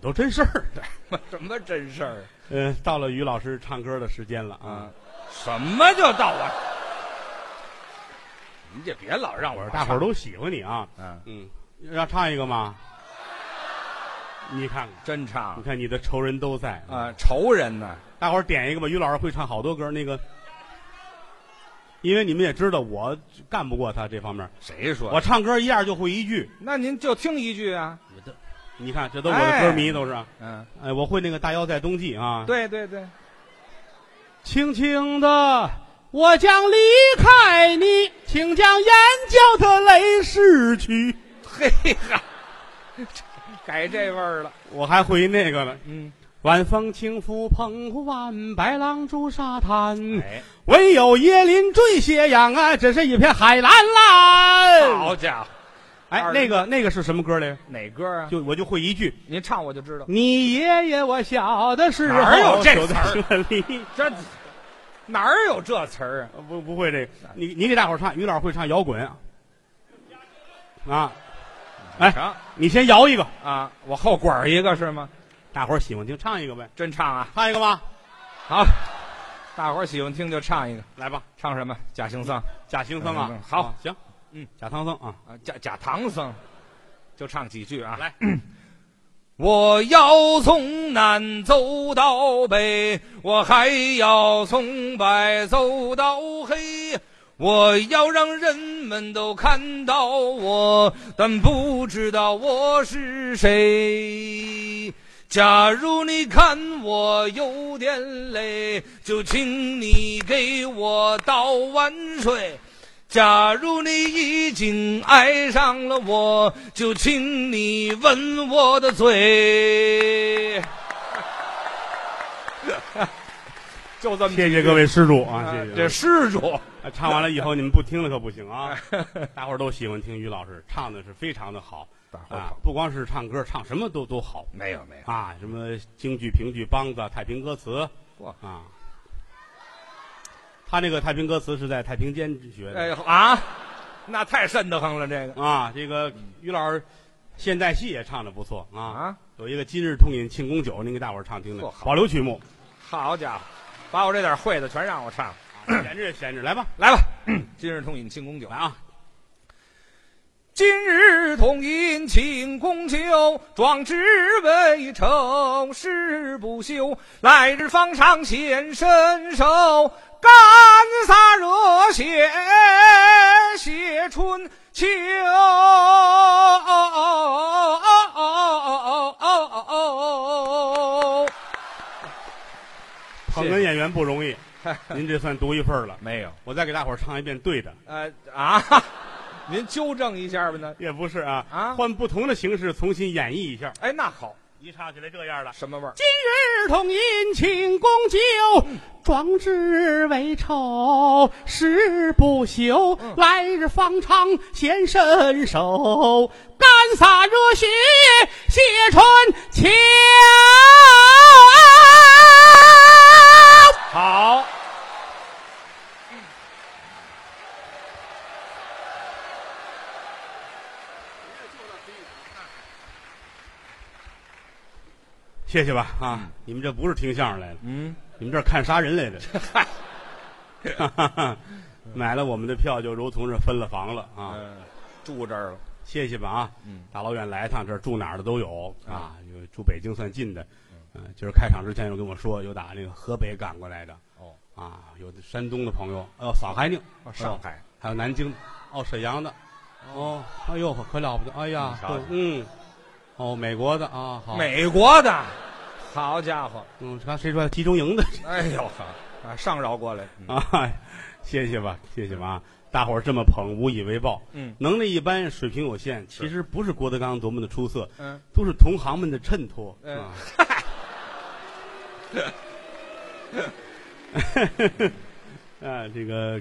都真事儿。
什么真事儿
嗯，到了于老师唱歌的时间了啊！？
什么就到我？您就别老让我
大伙儿都喜欢你啊！
嗯，
嗯，要唱一个吗？你看看，
真
你
唱
看你的仇人都在
啊，仇人呢？
大伙儿点一个吧，于老师会唱好多歌。那个，因为你们也知道，我干不过他这方面。
谁说
我唱歌一样就会一句，
那您就听一句啊，
你看，这都我的歌迷都是啊。
嗯，
哎，我会那个《大腰在冬季》啊。，
对对对，
轻轻的，我将离开你，请将眼角的泪拭去。
嘿哈，改这味儿了。
我还会那个呢。
嗯，
晚风轻拂澎湖湾，白浪逐沙滩，
哎，
唯有椰林缀斜阳啊，真是一片海蓝蓝。
好，家伙，
哎，那个那个是什么歌来着？
哪歌啊？
就我就会一句，
您唱我就知道。
你爷爷我小的时候
哪儿有这词儿
儿？啊
这哪儿有这词儿啊？
不不会这个，你你给大伙儿唱，于老师会唱摇滚啊。啊，
成
你先摇一个，
啊，我后管儿一个是吗？
大伙儿喜欢听，唱一个呗，
真唱啊！
唱一个吧，
好，大伙儿喜欢听就唱一个，
来吧，
唱什么？假行僧
假行僧啊
嗯，好
啊行，
嗯，
假唐僧啊，
啊，假假唐僧，就唱几句啊。
来，
我要从南走到北，我还要从白走到黑。我要让人们都看到我，但不知道我是谁。假如你看我有点累，就请你给我倒碗水。假如你已经爱上了我，就请你吻我的嘴。 就这么
谢谢各位施主啊，谢
啊
谢，
这施主
啊唱完了以后你们不听了可不行 啊，大伙儿都喜欢听于老师唱的是非常的好
大伙儿
啊
好，
不光是唱歌，唱什么都都好
没有没有，
啊，什么京剧、评剧、梆子、太平歌词
哇
啊。他那个太平歌词是在太平间学的，
哎呦啊，那太瘆得慌了，这个
啊，这个于老师现代戏也唱的不错啊。
啊，
有一个《今日痛饮庆功酒》，您给大伙儿唱听听
嚯，好
保留曲目，
好家伙，把我这点会的全让我唱了，
啊闲着也闲着，来吧，
来吧， 今日痛饮庆功酒
来。啊！
今日同饮庆功酒，壮志未酬誓不休。来日方长显身手，干洒热血写春秋。
捧哏演员不容易，您这算独一份儿了。
没有，
我再给大伙儿唱一遍对的，
呃啊， 您纠正一下吧呢？
也不是啊，
啊
换不同的形式重新演绎一下。
哎，那好，
一唱起来这样了。
什么味儿？
今日同饮庆功酒，壮志未酬誓不休。来日方长显身手，干洒热血写春秋。
好，
谢谢吧啊！你们这不是听相声来的，
嗯，
你们这儿看杀人来的。
嗨，
哈哈哈 买了我们的票，就如同是分了房了啊！
嗯，住这儿了。
谢谢吧啊！
嗯
大老远来一趟，这儿住哪儿的都有啊，
嗯
呃有住北京算近的，嗯、今儿开场之前又跟我说，有打那个河北赶过来的，
哦，
啊，有的山东的朋友，哦，上海的，
哦上海
还有南京的，哦，沈阳的，哦，哎呦，可了不得，哎呀
你瞧瞧，
嗯，哦，美国的啊，好，，
美国的，好家伙，
嗯，刚谁说集中营的
哎呦呵，啊，上饶过来，嗯
啊？谢谢吧，谢谢吧啊！大伙儿这么捧，无以为报，
嗯
能力一般，水平有限，其实不是郭德纲多么的出色，
嗯，
都是同行们的衬托，
嗯
啊。啊，这个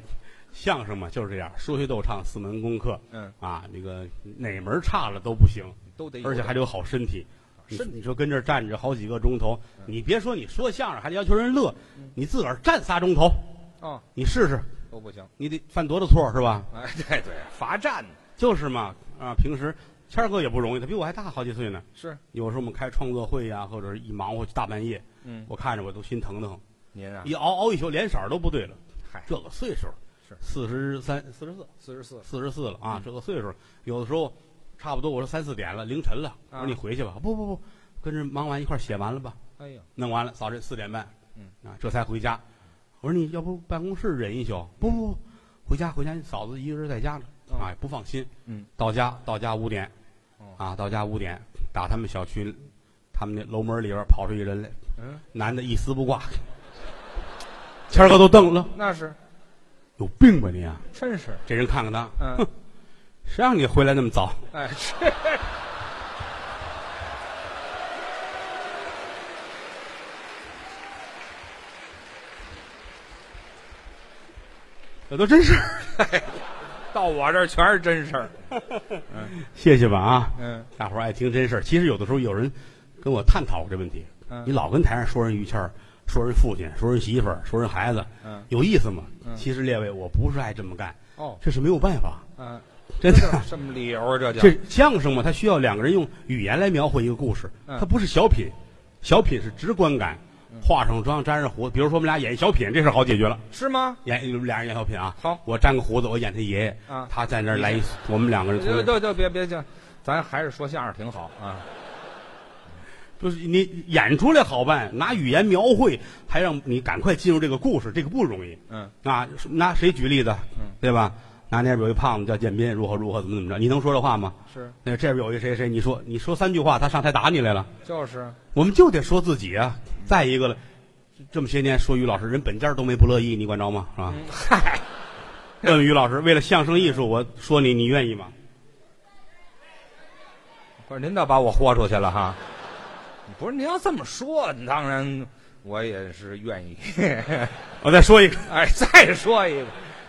相声嘛就是这样，说学逗唱四门功课。
嗯
啊，这个哪门差了都不行，
都得有，
而且还得有好身体。你
哎身嗯
你说跟这儿站着好几个钟头，你别说你说相声还得要求人乐，你自个儿站仨钟头，
哦，
你试试，
都不行，
你得犯多大错是吧？
哎， 对对，罚站
就是嘛，啊，平时谦儿哥也不容易，他比我还大好几岁呢。
是
有时候我们开创作会呀、或者是一忙活大半夜，
嗯
我看着我都心疼得慌，
您啊，
一熬熬一宿，脸色儿都不对了。
嗨，
这个岁数
是嗯
四十三、四十四、
四十四，
四十四了啊，这个岁数，有的时候差不多我说三四点了，凌晨了，我
啊
说你回去吧，不不不，跟着忙完一块儿写完了吧，
哎呦，
弄完了，早晨四点半，
嗯
啊，这才回家。我说你要不办公室忍一宿？不不不，回家回家，你嫂子一个人在家呢，
哦
哎，不放心。
嗯，
到家到家五点
哦，
啊，到家五点，打他们小区，他们那楼门里边跑出一人来，
嗯，
男的一丝不挂，谦儿哥都瞪了，
那是，
有病吧你啊！
真是，
这人看看他，
嗯
哼，谁让你回来那么早？
哎，是，
这都真事儿。
到我这儿全是真事儿，
谢谢吧啊，
嗯
大伙儿爱听真事儿。其实有的时候有人跟我探讨过这问题，
嗯
你老跟台上说人于谦儿，说人父亲，说人媳妇儿，说人孩子，
嗯，
有意思吗？
嗯
其实列位，我不是爱这么干，
哦，
这是没有办法，
嗯，
真
这
的
叫。什么理由啊？这叫
这相声嘛，它需要两个人用语言来描绘一个故事，
嗯
它不是小品，小品是直观感，化上妆粘上胡子。比如说我们俩演小品，这事儿好解决了。
是吗？
演俩人演小品啊，
好
我粘个胡子，我演他爷爷，
啊
他在那儿来一，我们两个人从
就
这
就就别别讲，咱还是说相声挺好啊。
就是你演出来好办，拿语言描绘，还让你赶快进入这个故事，这个不容易
嗯，
啊。拿谁举例子
嗯，
对吧？拿那边有一胖子叫建斌，如何如何，怎么怎么着，你能说这话吗？
是，
那这边有一谁谁，你说你说三句话，他上台打你来了，
就是，
我们就得说自己啊。再一个了，这么些年说于老师，人本家都没不乐意，你管着吗？是吧？
嗯，嗨，
问问于老师，为了相声艺术，我说你，你愿意吗？
不是您倒把我豁出去了哈。不是您要这么说，当然我也是愿意。
我再说一个，
哎，再说一个，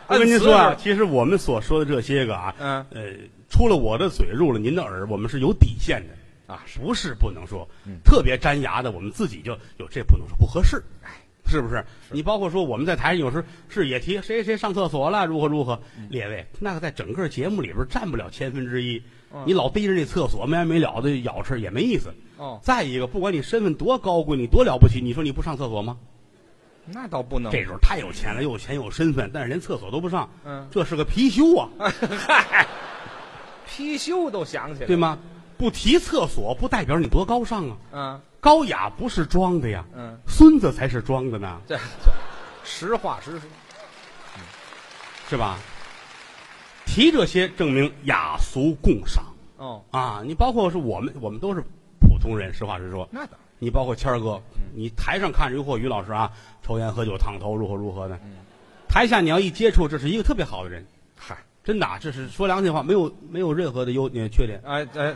我跟您说啊
摁，死
其实我们所说的这些个啊，
嗯
呃，出了我的嘴，入了您的耳，我们是有底线的。
我啊，是
不是不能说
嗯，
特别粘牙的，我们自己就有这不能说不合适，是哎不是？你包括说我们在台上有时候是也提谁谁上厕所了，如何如何，列位，那个在整个节目里边占不了千分之一，你老逮着那厕所没完没了的咬吃也没意思。
哦，
再一个，不管你身份多高贵，你多了不起，你说你不上厕所吗？
那倒不能。
这时候太有钱了，又有钱又有身份，但是连厕所都不上，
嗯
这是个貔貅啊，
嗨，貔貅都想起来
对
了。
吗？不提厕所，不代表你多高尚啊。
嗯
高雅不是装的呀，
嗯，
孙子才是装的呢，
这这实话实说。
是吧？提这些证明雅俗共赏
哦，
啊！你包括是我们，我们都是普通人，实话实说。
那倒
你包括谦儿哥，你台上看着于或于老师啊，抽烟喝酒烫头如何如何的，台下你要一接触，这是一个特别好的人，
嗨，
真的啊，这是说良心话，没有没有任何的优呃缺点，
哎哎，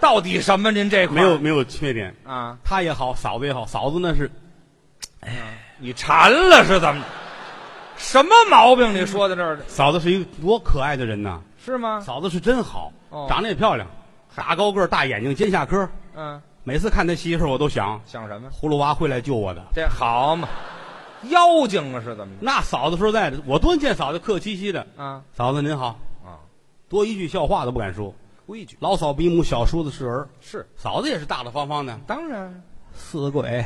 到底什么？您这块
没
儿
有没有缺点。
啊？
他也好，嫂子也好，嫂子那是
你馋了是怎么？什么毛病？你说到这儿的
嫂子是一个多可爱的人呐、
是吗？
嫂子是真好，
啊哦
长得也漂亮，大高个儿、大眼睛、尖下颏儿。
嗯，
每次看他媳妇儿，我都想
想什么？
葫芦娃会来救我的。
这好嘛，妖精啊是怎么
那嫂子说实在的，我多见嫂子客气兮的，
着啊？
嫂子您好，
啊，
多一句笑话都不敢说。
规矩
老嫂比母，小叔子是儿，
是
嫂子也是大大方方的，
当然，
四个鬼。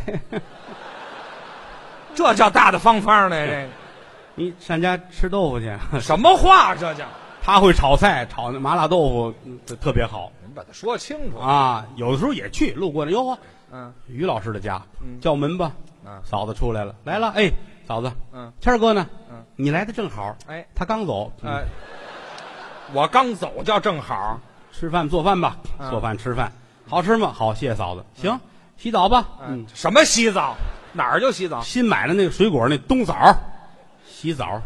这叫大大方方的这个
你上家吃豆腐去，
什么话？这叫
他会炒菜，炒那麻辣豆腐嗯特别好
您把它说清楚。
啊。有的时候也去路过那，哟呵，
嗯
于老师的家
嗯，
叫门吧。
啊，
嫂子出来了，来了，哎，嫂子，
嗯，
谦儿哥呢？
嗯，
你来的正好，
哎，
他刚走，嗯
哎，我刚走叫正好，
吃饭做饭吧，
嗯
做饭吃饭，好吃吗？好，谢谢嫂子。行，洗澡吧。
嗯
嗯，，
什么洗澡？哪儿就洗澡？
新买的那个水果，那冬枣儿，洗澡儿。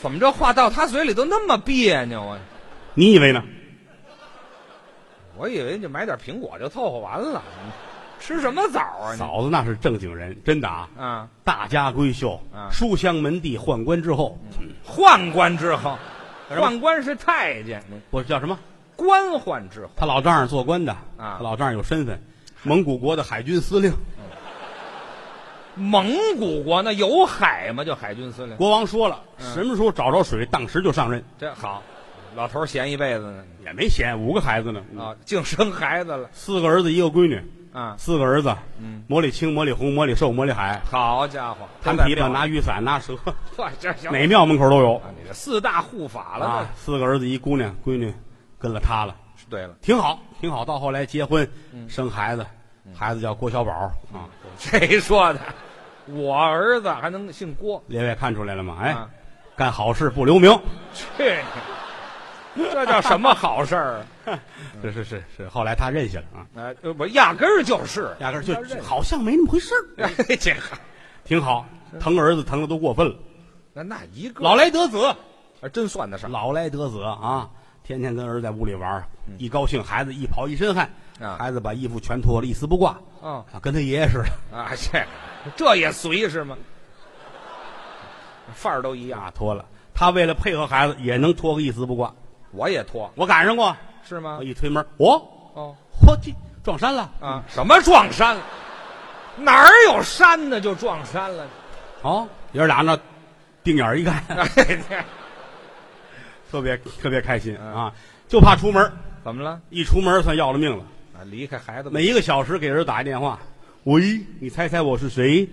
怎么这话到他嘴里都那么别扭啊？
你以为呢？
我以为你买点苹果就凑合完了，吃什么枣啊你？
嫂子那是正经人，真的啊，
啊，
大家闺秀
嗯，
书香门第，宦官之后，
宦官之后，
什么
宦官是太监，
我叫什么？
官宦之后
他老丈人做官的
啊
他老丈人有身份，蒙古国的海军司令。
蒙古国那有海吗？就海军司令，
国王说了，什么时候找着水，当时就上任，
这嗯好，老头儿闲一辈子呢
也没闲，五个孩子呢，
啊，净生孩子了
四个儿子一个闺女，
啊！
四个儿子，
嗯，
魔力青、魔力红、魔力寿、魔力海，
好家伙，
弹
都在
琵琶、
庙
拿雨伞、拿蛇，
哇这行
哪庙门口都有
啊？你这四大护法了
啊
呢？。
四个儿子一姑娘，闺女跟了他了，
对了，
挺好，挺好。到后来结婚
嗯
生孩子，孩子叫郭小宝啊。
谁说的？我儿子还能姓郭？
列位看出来了吗？哎
啊，
干好事不留名，
去，这叫什么好事 儿啊？
是是是是。后来他认下了啊，
哎，我压根儿就是，
压根儿就
他认
就好像没那么回事儿，
哎这个
挺好。疼儿子疼的都过分了，
那那一个
老来得子，
还真算得上。
老来得子啊！天天跟儿子在屋里玩儿，一高兴孩子一跑一身汗，
啊
孩子把衣服全脱了，一丝不挂，
嗯
啊，跟他爷爷似的。
啊，这这也随是吗？范儿都一样，
啊，脱了。他为了配合孩子，也能脱个一丝不挂。
我也脱
我赶上过，
是吗
我？一推门，我
哦
嚯，这撞衫了。
啊，什么撞山了？哪儿有山呢？ 就撞山了。
哦，爷儿俩那定眼儿一看，
哎，这
特别特别开心啊，就怕出门，
怎么了？
一出门算要了命了。
啊，离开孩子吧
每一个小时给人打一电话，喂，你猜猜我是谁？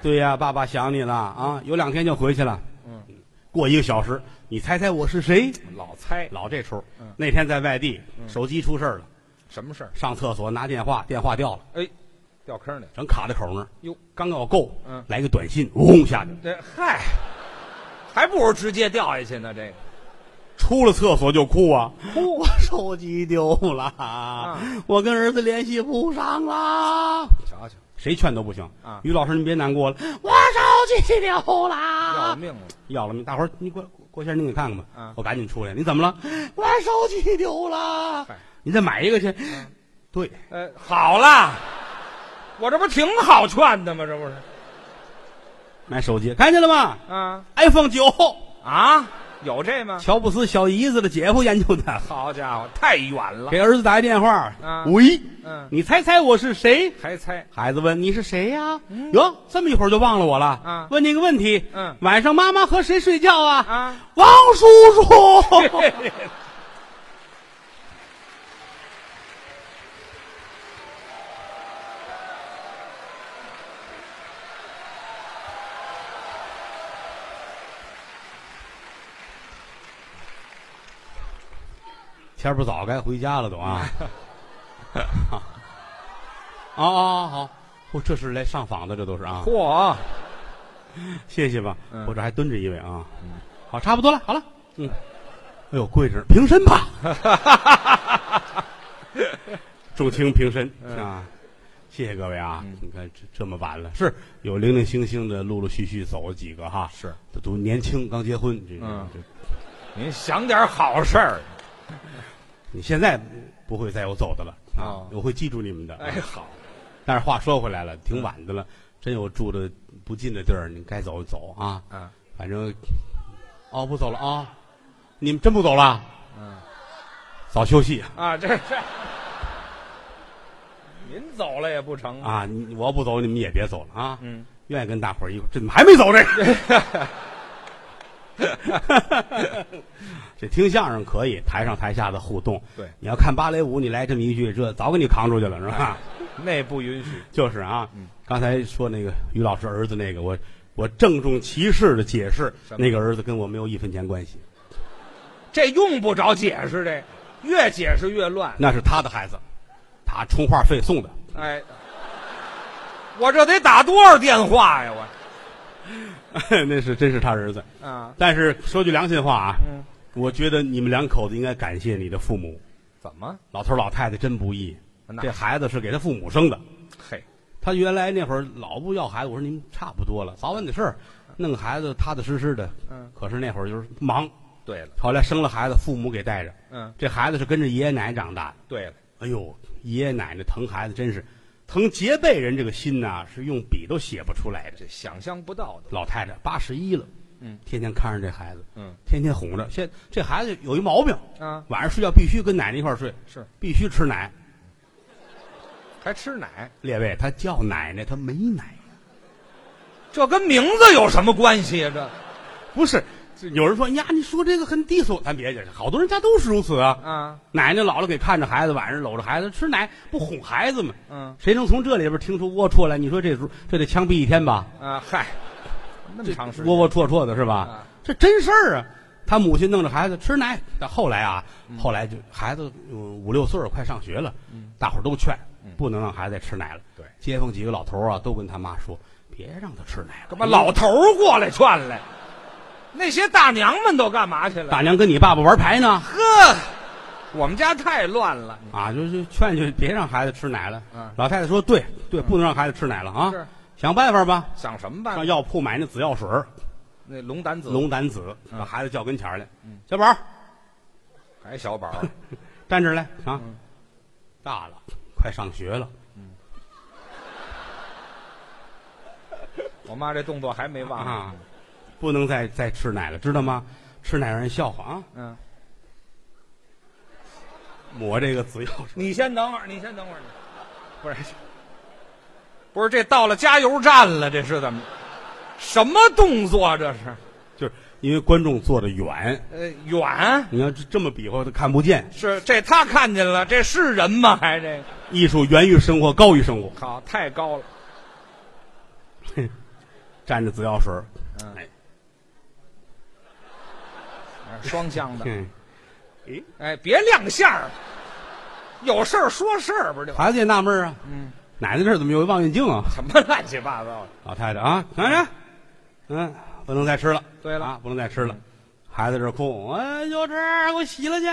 对呀、爸爸想你了啊，有两天就回去了。
嗯，
过一个小时，你猜猜我是谁？
老猜
老这出
嗯。
那天在外地，手机出事儿了，
什么事儿？
上厕所拿电话，电话掉了。
哎，掉坑里。
正卡在口那儿，
哟，
刚要够，
嗯
来个短信，嗡下去，
这嗨，还不如直接掉下去呢。这个
出了厕所就哭啊，
哭
我手机丢 了，
啊
我跟儿子联系不上啦，
瞧瞧，
谁劝都不行
啊嗯
于老师，您别难过了，我手机丢
要
啦，
命了。
要了命！大伙儿，你过郭郭先生，您给看看吧。
啊
我赶紧出来，你怎么了？嗯 我手机丢了嗯
嗨。
你再买一个去。对，
呃，好啦，我这不挺好劝的吗？这不是
买手机，看见了吗
啊
？iPhone 九，
啊，有这吗？
乔布斯小姨子的姐夫研究的。
好家伙，太远了
给。儿子打一电话
啊，
喂，
嗯，
你猜猜我是谁？
还猜
孩子问你是谁呀、哟，这么一会儿就忘了我了。
啊
问你个问题。
嗯
晚上妈妈和谁睡觉啊？
啊？
王 叔叔。天儿不早，该回家了都啊。 啊啊好，我这是来上访的，这都是啊。
嚯，
谢谢吧，
嗯
我这还蹲着一位啊。好，差不多了，好了，嗯，哎呦，跪着平身 吧，重轻平身
嗯
啊。谢谢各位啊！你看这这么晚了，是有零零星星的，陆陆续续走了几个哈，
是
这都年轻刚结婚，这
嗯
这
您想点好事儿。
你现在不会再有走的了啊
哦！
我会记住你们的。
哎，好，
但是话说回来了，挺晚的了，真有住的不近的地儿，你该走就走啊。
啊，
反正，哦，不走了啊！你们真不走了？
嗯，
早休息
啊，这这，您走了也不成啊。
啊！你我要不走，你们也别走了啊！
嗯，
愿意跟大伙儿一块儿，这怎么还没走这个？ 这听相声可以，台上台下的互动。
对
你要看芭蕾舞，你来这么一句，这早给你扛出去了，是吧？
那不允许。
就是啊，
嗯
刚才说那个于老师儿子那个，我我郑重其事的解释，
什么
那个儿子跟我没有一分钱关系，
这用不着解释，这越解释越乱。
那是他的孩子，他充话费送的。
哎，我这得打多少电话呀？我
那是真是他儿子。
啊，
但是说句良心话啊，
嗯，
我觉得你们两口子应该感谢你的父母，
怎么？
老头儿老太太真不易
那。
这孩子是给他父母生的，
嘿，
他原来那会儿老不要孩子，我说你们差不多了，早晚得事儿，弄孩子踏踏实实的。
嗯，
可是那会儿就是忙，
对了，
后来生了孩子，父母给带着，
嗯，
这孩子是跟着爷爷奶奶长大的。
对了，
哎呦，爷爷奶奶疼孩子真是疼结辈人，这个心呐、是用笔都写不出来的。
这想象不到的。
老太太八十一了，
嗯，
天天看着这孩子，
嗯
天天哄着。现这孩子有一毛病，
啊，
晚上睡觉必须跟奶奶一块儿睡，
是
必须吃奶。
还吃奶，
列位，他叫奶奶，他没奶，
这跟名字有什么关系呀？这
不是。有人说呀，你说这个很低俗，咱别介，好多人家都是如此啊。
啊，
奶奶老了给看着孩子，晚上搂着孩子吃奶，不哄孩子吗？
嗯
谁能从这里边听出龌龊来？你说这时候这得枪毙一天吧？
啊，嗨，那么长时间，
窝窝戳戳的是吧？
啊
这真事儿啊！他母亲弄着孩子吃奶，但后来啊，
嗯
后来就孩子呃五六岁儿快上学了，大伙儿都劝不能让孩子再吃奶了。
嗯对
街坊几个老头儿啊，都跟他妈说，别让他吃奶了。
干嘛老头儿过来劝来？那些大娘们都干嘛去了？
大娘跟你爸爸玩牌呢？
呵，我们家太乱了。
啊，就就劝劝别让孩子吃奶了。
嗯
老太太说对对，不能让孩子吃奶了啊
是，
想办法吧，
想什么办
上
法？
药铺买那紫药水儿
那龙胆子，
龙胆子，
嗯
把孩子叫跟前儿来，小宝儿
还小宝 儿，
站这儿来啊，
嗯
大了，快上学了。
我妈这动作还没忘
啊
呢。，
不能再再吃奶了，知道吗？吃奶让人笑话啊！
嗯，
抹这个紫药水，
你先等会儿，你先等会儿，不是，不是，这到了加油站了，这是怎么？什么动作啊这是？
就是因为观众坐得远，
呃，远
你要这这么比划，他看不见。
是这他看见了，这是人吗？还这个
艺术源于生活，高于生活。
好太高了。
蘸着紫药水，
嗯
哎，
啊双向的，
嗯，
哎，别亮相儿，有事儿说事儿，不是就？
孩子也纳闷啊，
嗯，
奶奶这儿怎么有一望远镜啊？
什么乱七八糟的？
老太太啊，看看，嗯，不能再吃了，
对了
啊，不能再吃了。孩子这儿哭，哎，就这儿，给我洗了去，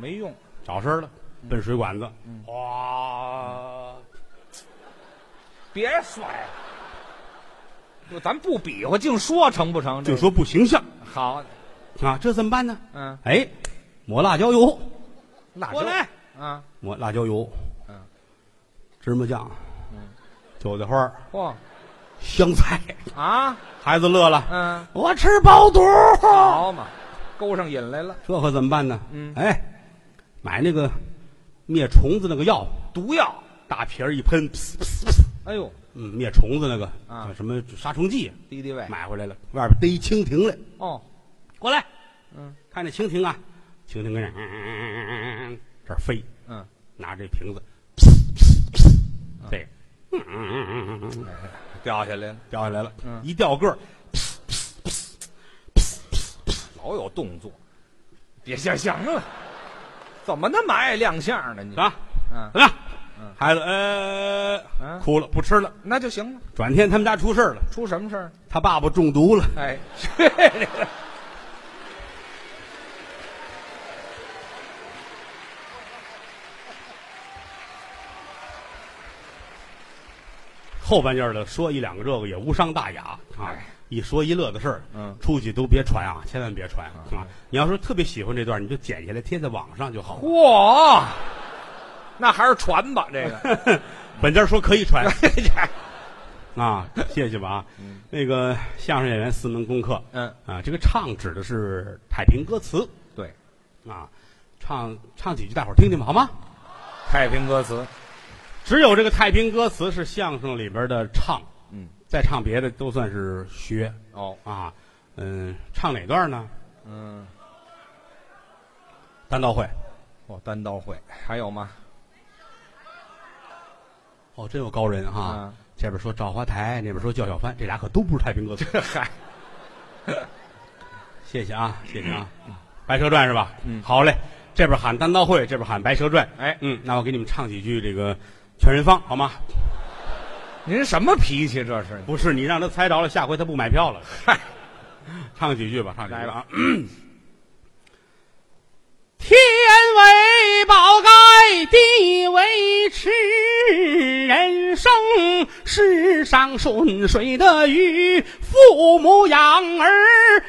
没用，
找事儿了，奔水管子，
嗯
哗，
别甩。不咱不比划，净说成不成？这
就
个
说不形象
好，
啊，这怎么办呢？
嗯，
哎，抹辣椒油，
辣椒
过来，
啊，
抹辣椒油，
嗯，
芝麻酱，韭菜花儿，
嚯
香菜，
啊，
孩子乐了，
嗯，
我吃包肚，
好嘛，勾上瘾来了，
这可怎么办呢？
嗯
哎，买那个灭虫子那个药，
毒药，
大瓶儿一喷，噗噗噗
哎呦，
嗯，灭虫子那个
啊哎
叫什么杀虫剂，
敌敌畏，
买回来了，外边逮一蜻蜓来，
哦，
过来，
嗯，
看这蜻蜓啊，蜻蜓跟这儿嗯嗯嗯嗯嗯这儿飞，
嗯，
拿这瓶子，
啊
这个嗯嗯嗯嗯嗯嗯
掉下来了，
掉下来了，
嗯
一掉个儿，
老有动作，别想想了，怎么那么爱亮相呢？你
啊，
嗯
怎么样？孩子呃
嗯
哭了，不吃了。
那就行了，
转天他们家出事儿了，
出什么事儿？
他爸爸中毒了，
哎，
后半夜的说一两个这个也无伤大雅啊
哎，
一说一乐的事儿。
嗯
出去都别传啊，千万别传啊！你要说特别喜欢这段，你就剪下来贴在网上就好了。
嚯，那还是传吧，这个
本家说可以 传啊，谢谢吧啊！那个相声演员四门功课，
嗯
啊，这个唱指的是太平歌词
对，
啊，唱唱几句大伙儿听听吧，好吗？
太平歌词，
只有这个太平歌词是相声里边的唱，
嗯，
再唱别的都算是学
哦，
啊。嗯，唱哪段呢？
嗯，
单刀会。
哦，单刀会还有吗？
哦，真有高人哈、
啊
这边说赵华台，那边说叫小帆，这俩可都不是太平歌词。
嗨，
谢谢啊，谢谢啊，白蛇传》是吧？
嗯
好嘞。这边喊单刀会，这边喊《白蛇传》。嗯
哎
嗯，那我给你们唱几句这个《全人方》好吗？
您什么脾气这是？
不是你让他猜着了，下回他不买票了。
嗨，
唱几句吧，唱几句
来 吧
啊。天为宝盖，地为池，人生世上顺水的鱼，父母养儿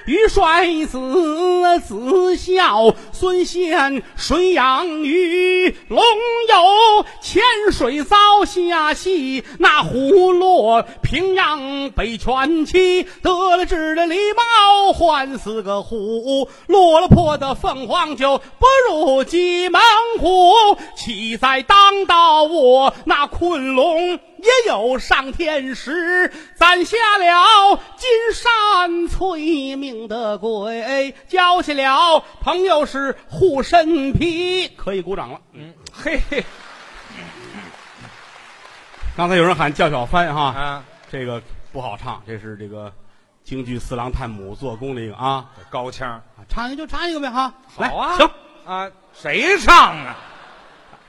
鱼摔子，子孝孙贤谁养鱼？龙游浅水遭下戏，那虎落平阳北犬欺，得了志的狸猫换四个虎，落了魄的凤凰就不如鸡猛虎。岂在当道我那困龙？也有上天时，攒下了金山催命的鬼，交起了朋友是护身皮，可以鼓掌了。
嘿嘿
刚才有人喊叫小帆哈，
啊，
这个不好唱，这是这个京剧《四郎探母》做工那个啊，
这高腔
唱一个就唱一个呗哈，来
好啊，
行，
啊，谁唱 啊？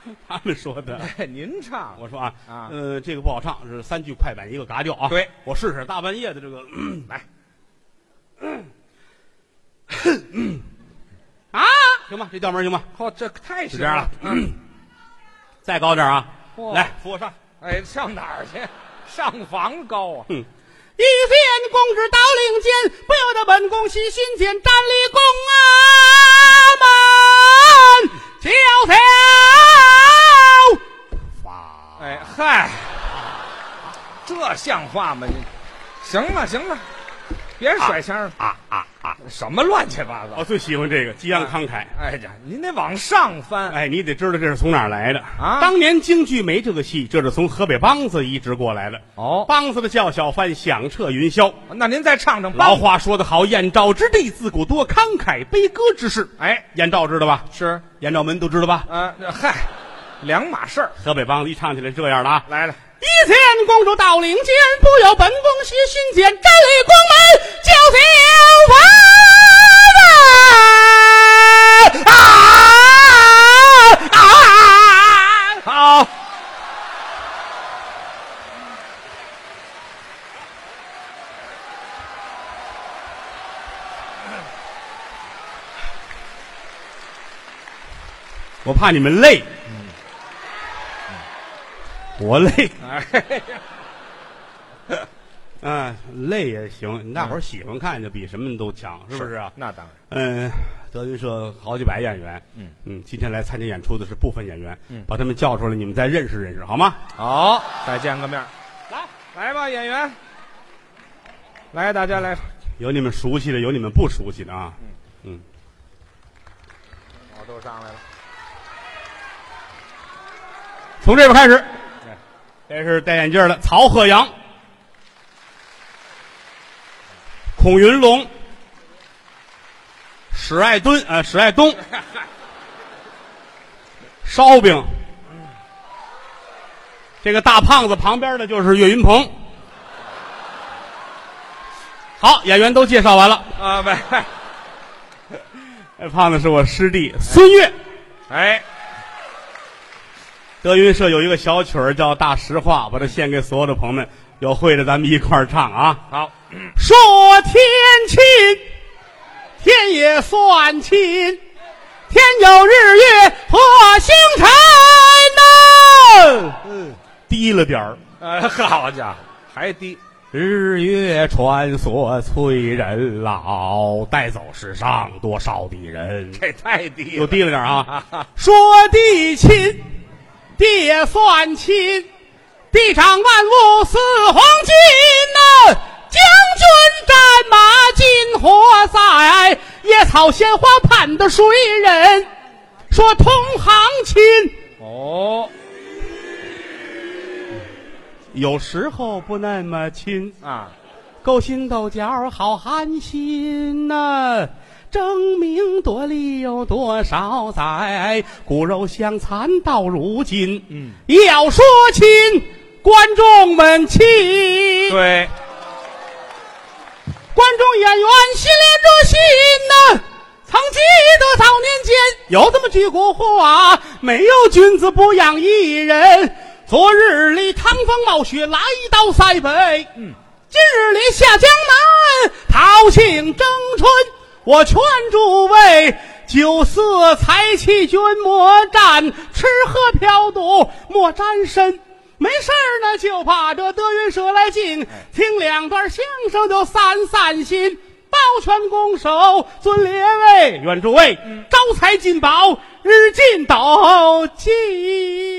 哎
他们说的。
您唱，
我说啊，
啊
呃，这个不好唱，是三句快板一个嘎调啊。
对，
我试试，大半夜的这个，嗯来，啊，行吧，这调门行吗？
嚯，这太
就
行
这样了
了。嗯
再高点啊！
嚯
来，扶我上。
哎，上哪儿去？上房高
嗯
啊！
一见公子到领间，不由得本宫喜心间，站立啊宫阿门，叫条法。
哎嗨，这像话吗？你行了行了，别甩腔了，
啊啊啊！
什么乱七八糟
我！最喜欢这个激昂慷慨。
哎呀，您得往上翻。
哎，你得知道这是从哪儿来的
啊
当年京剧没这个戏，这是从河北梆子移植过来的。
哦，
梆子的叫小番响彻云霄。
那您再唱唱吧
老。话说得好，燕赵之地自古多慷慨悲歌之士。
哎，
燕赵知道吧？
是，
燕赵门都知道吧？
啊，那嗨，两码事儿。
河北梆子一唱起来这样了啊！
来了，
一见公主到领间，不由本宫喜心间，站立宫门叫天啊啊啊！
好，
我怕你们累，我累，
哎，
嗯，累也行，你大伙儿喜欢看就比什么都强，是不是啊？
那当然。
嗯，德云社好几百演员，
嗯
今天来参加演出的是部分演员，把他们叫出来，你们再认识认识好吗？
好，再见个面儿。
来，
来吧，演员。来，大家来。
有你们熟悉的，有你们不熟悉的啊。嗯，
我都上来了。
从这边开始，这是戴眼镜的曹鹤阳、孔云龙、史爱敦呃史爱东、烧饼。这个大胖子旁边的就是岳云鹏。好，演员都介绍完了。
啊，喂，
这胖子是我师弟孙越。
哎，
德云社有一个小曲儿叫《大实话》，把它献给所有的朋友们，有会的咱们一块儿唱啊！
好，
说天亲，天也算亲，天有日月和星辰呐。
嗯，
低了点儿，
呃，好家伙，还低，
日月穿梭催人老，带走世上多少的人。
这太低
又
了。
低了点儿啊！
啊，
说地亲，地也算亲，地上万物似黄金呐、将军战马金火在，野草鲜花盼的谁人？说同行亲，
哦，
有时候不那么亲，
啊，
勾心斗角好寒心呐、争名夺利有多少载？骨肉相残到如今，
嗯，
要说亲，观众们亲，观
对，
众演员心连着心呐、曾记得早啊年间有这么句古话：没有君子不养艺人。总昨日里趟风冒雪来到塞北，嗯，今日里下江南桃杏争春。我劝诸位酒色财气君莫沾，吃喝嫖赌莫沾身。没事儿呢，就把这德云社来敬，听两段相声就散散心。抱拳拱手，尊列位，愿诸位招财进宝，日进斗金。